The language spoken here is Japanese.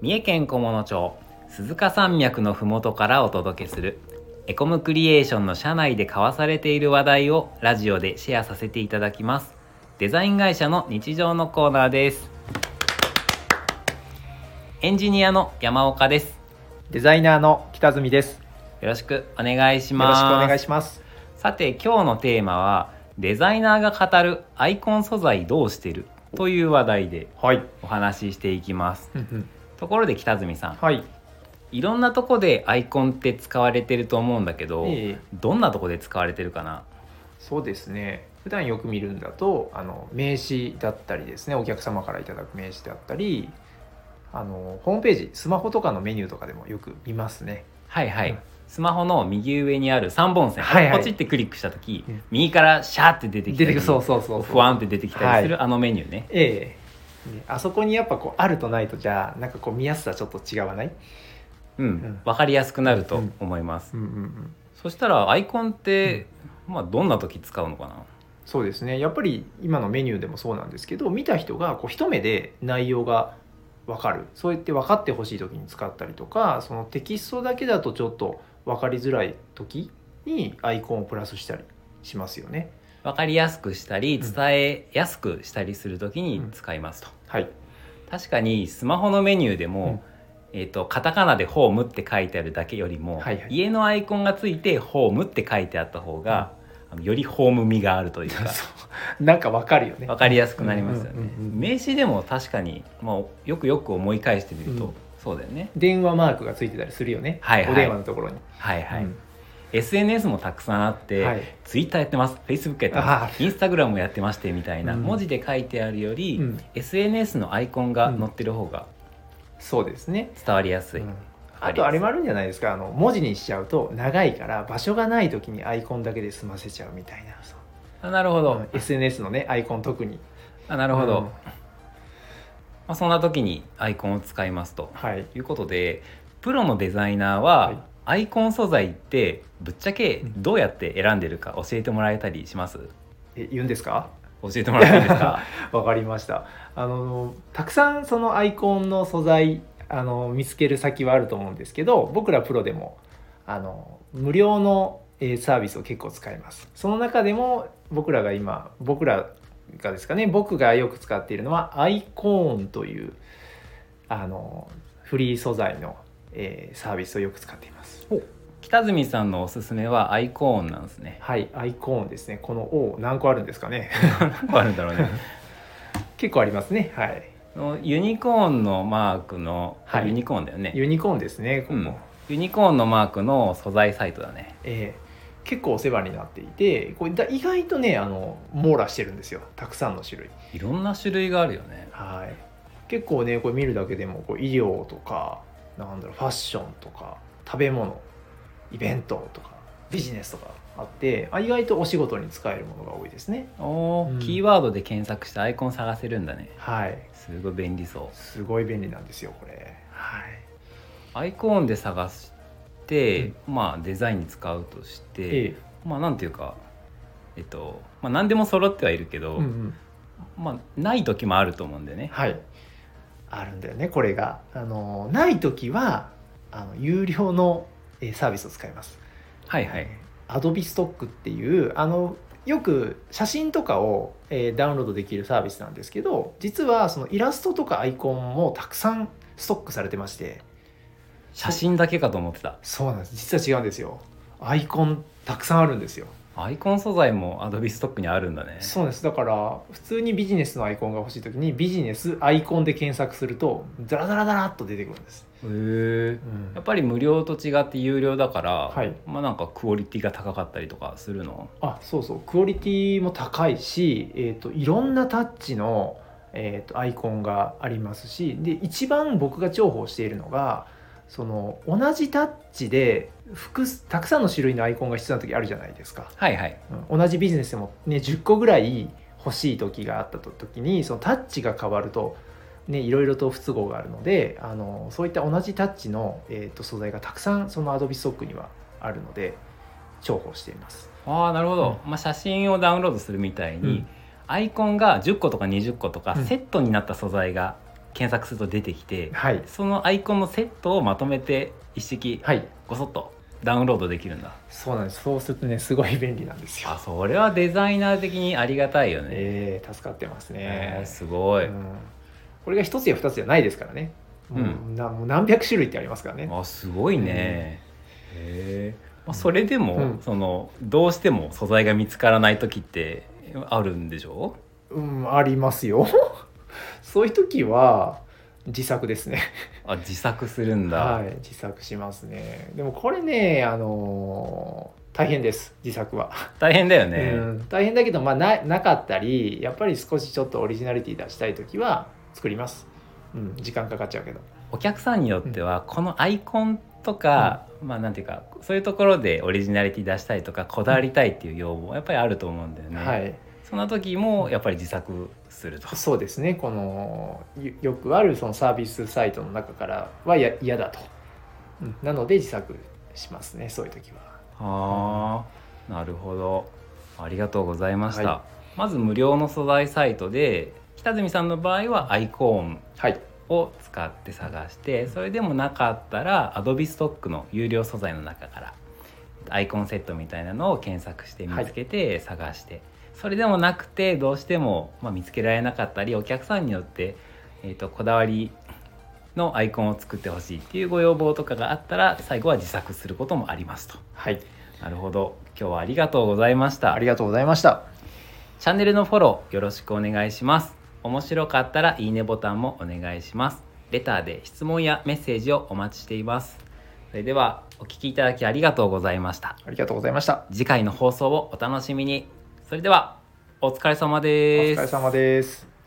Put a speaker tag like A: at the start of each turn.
A: 三重県菰野町鈴鹿山脈の麓からお届けするエコムクリエーションの社内で交わされている話題をラジオでシェアさせていただきますデザイン会社の日常のコーナーですエンジニアの山岡です
B: デザイナーの北住です。
A: よろしくお願いし
B: よろ
A: ます
B: しくお願いします。
A: さて今日のテーマはデザイナーが語るアイコン素材どうしてるという話題で
B: はい。
A: お話ししていきますところで北住さん
B: はい。
A: いろんなとこでアイコンって使われてると思うんだけど、
B: ええ
A: どんなとこで使われてるかな
B: そうですね。普段よく見るんだと、あの名刺だったりですね、お客様からいただく名刺だったり、あのホームページ、スマホとかのメニューとかでもよく見ますね。
A: はいはい、
B: うん
A: スマホの右上にある3本線、
B: はいはい
A: ポチってクリックした時、
B: うん
A: 右からシャーって出てきたり
B: そうそうそうそう。
A: ふわんって出てきたりする、あのメニューね
B: ええねあそこにやっぱこうあるとないとじゃあなんかこう見やすさちょっと違わない、
A: うん、
B: ん
A: 分かりやすくなると思います、
B: うんうんうん、
A: そしたらアイコンって、まあどんな時使うのかな
B: そうですねやっぱり今のメニューでもそうなんですけど見た人がこう一目で内容が分かるそうやって分かってほしい時に使ったりとかそのテキストだけだとちょっと分かりづらい時にアイコンをプラスしたりしますよね。
A: 分かりやすくしたり
B: う
A: 伝
B: ん
A: えやすくしたりする時に使いますと、
B: はい、
A: 確かにスマホのメニューでも、えっとカタカナで「ホーム」って書いてあるだけよりも、
B: はいはい
A: 家のアイコンがついて「ホーム」って書いてあった方が、あのよりホーム味があるという か
B: なんか分かるよね。
A: 分かりやすくなりますよね、
B: うんうんうん
A: 名刺でも確かに、まあ、よくよく思い返してみると、
B: うん
A: そうだよね
B: 電話マークがついてたりするよね、
A: はいはい
B: お電話のところに。
A: はいはい、
B: うん
A: SNS もたくさんあって、
B: はい
A: Twitter やってます Facebook やって
B: あ
A: ますインスタグラムもやってましてみたいな、
B: うん
A: 文字で書いてあるより、
B: うん
A: SNS のアイコンが載ってる方が
B: そうですね、
A: 伝わりやすい、
B: うん
A: あ
B: あ
A: ります
B: とあれもあるんじゃないですかあの文字にしちゃうと長いから場所がない時にアイコンだけで済ませちゃうみたいなそう
A: あなるほど、
B: うん SNS のねアイコン特に
A: あなるほど、
B: うん
A: まあ、そんな時にアイコンを使いますと
B: はい
A: いうことでプロのデザイナー
B: はい
A: はアイコン素材ってぶっちゃけどうやって選んでるか教えてもらえたりします
B: え言うんですか
A: 教えてもらっていいですか
B: わかりましたあのたくさんそのアイコンの素材あの見つける先はあると思うんですけど僕らプロでもあの無料のえーサービスを結構使いますその中でも僕らが今僕らがですかね僕がよく使っているのはアイコーンというあのフリー素材の、えーサービスをよく使っています
A: 北住さんのおすすめはアイコーンなんですね
B: はいアイコーンですねこの O 何個あるんですかね
A: 何個あるんだろう ね
B: 結構ありますねはい
A: そのユニコーンのマークの、
B: はい
A: ユニコーンだよね
B: ユニコーンですねここ、
A: うんユニコーンのマークの素材サイトだね
B: えー結構お世話になっていてこれだ意外とねあの網羅してるんですよたくさんの種類
A: いろんな種類があるよね
B: はい結構ねこれ見るだけでもこう医療とかなんだろうファッションとか食べ物イベントとかビジネスとかあってあ意外とお仕事に使えるものが多いですね
A: おー
B: うん
A: キーワードで検索してアイコン探せるんだね
B: はい
A: すごい便利そう
B: すごい便利なんですよこれはい
A: アイコーンで探して、まあデザインに使うとして、
B: え
A: まあなんていうかえっと、まあ、何でも揃ってはいるけど、
B: うんうん
A: まあない時もあると思うんでね
B: はいあるんだよねこれがあのない時はあの有料のえーサービスを使います
A: はいはい
B: アドビストックっていうあのよく写真とかを、えーダウンロードできるサービスなんですけど実はそのイラストとかアイコンもたくさんストックされてまして
A: 写真だけかと思ってた
B: そうなんです実は違うんですよアイコンたくさんあるんですよ
A: アイコン素材もアドビストックにあるんだね
B: そうですだから普通にビジネスのアイコンが欲しい時にビジネスアイコンで検索するとダラダラダラっと出てくるんです、
A: へえ
B: うん
A: やっぱり無料と違って有料だから、
B: はい
A: まあなんかクオリティが高かったりとかするの
B: あそうそうクオリティも高いし、えー、といろんなタッチの、えー、とアイコンがありますしで一番僕が重宝しているのがその同じタッチで複数たくさんの種類のアイコンが必要な時あるじゃないですか、
A: はいはい
B: うん同じビジネスでも、ね、10個ぐらい欲しい時があったと時にそのタッチが変わると、ね、いろいろと不都合があるのであのそういった同じタッチの、えー、と素材がたくさんその Adobe Stock にはあるので重宝しています。
A: ああなるほど、まあ、写真をダウンロードするみたいに、
B: うん
A: アイコンが10個とか20個とか
B: うん
A: セットになった素材が検索すると出てきて
B: はい
A: そのアイコンのセットをまとめて一式
B: はい
A: ごそっとダウンロードできるんだ
B: そうなんですそうするとねすごい便利なんですよ
A: あそれはデザイナー的にありがたいよね
B: えー、助かってます
A: え
B: ね
A: ー、すごい、
B: うんこれが一つや二つじゃないですからねも
A: う
B: う,、
A: ん
B: なもう何百種類ってありますからね
A: あすごいね、へえ、まあ、それでも、
B: うん
A: そのどうしても素材が見つからない時ってあるんでしょ
B: うんありますよ そういう時は自作ですね
A: あ自作するんだ、
B: はい自作しますねでもこれねあのー大変です自作は、
A: 大変だよね、
B: うん大変だけど、まあ、ななかったりやっぱり少しちょっとオリジナリティ出したい時は作ります、うん、時間かかっちゃうけど
A: お客さんによってはこのアイコンとか、まあなんていうかそういうところでオリジナリティ出したいとかこだわりたいっていう要望はやっぱりあると思うんだよね、
B: はい
A: そんな時もやっぱり自作すると
B: そうですねこのよよくあるそのサービスサイトの中からはや嫌だと、うん、なので自作しますねそういう時は
A: ああなるほどありがとうございました、
B: は
A: まず無料の素材サイトで北住さんの場合はアイコン
B: はい
A: を使って探してそれでもなかったら Adobe ストックの有料素材の中からアイコンセットみたいなのを検索して見つけて探して、それでもなくてどうしても、まあ、見つけられなかったりお客さんによって、えー、とこだわりのアイコンを作ってほしいっていうご要望とかがあったら最後は自作することもありますと。
B: はい
A: なるほど今日はありがとうございました
B: ありがとうございました
A: チャンネルのフォローよろしくお願いします。面白かったらいいねボタンもお願いします。レターで質問やメッセージをお待ちしています。それではお聞きいただきありがとうございました。
B: ありがとうございました
A: 次回の放送をお楽しみに。それではお疲れ様
B: お
A: です。
B: 疲れ様です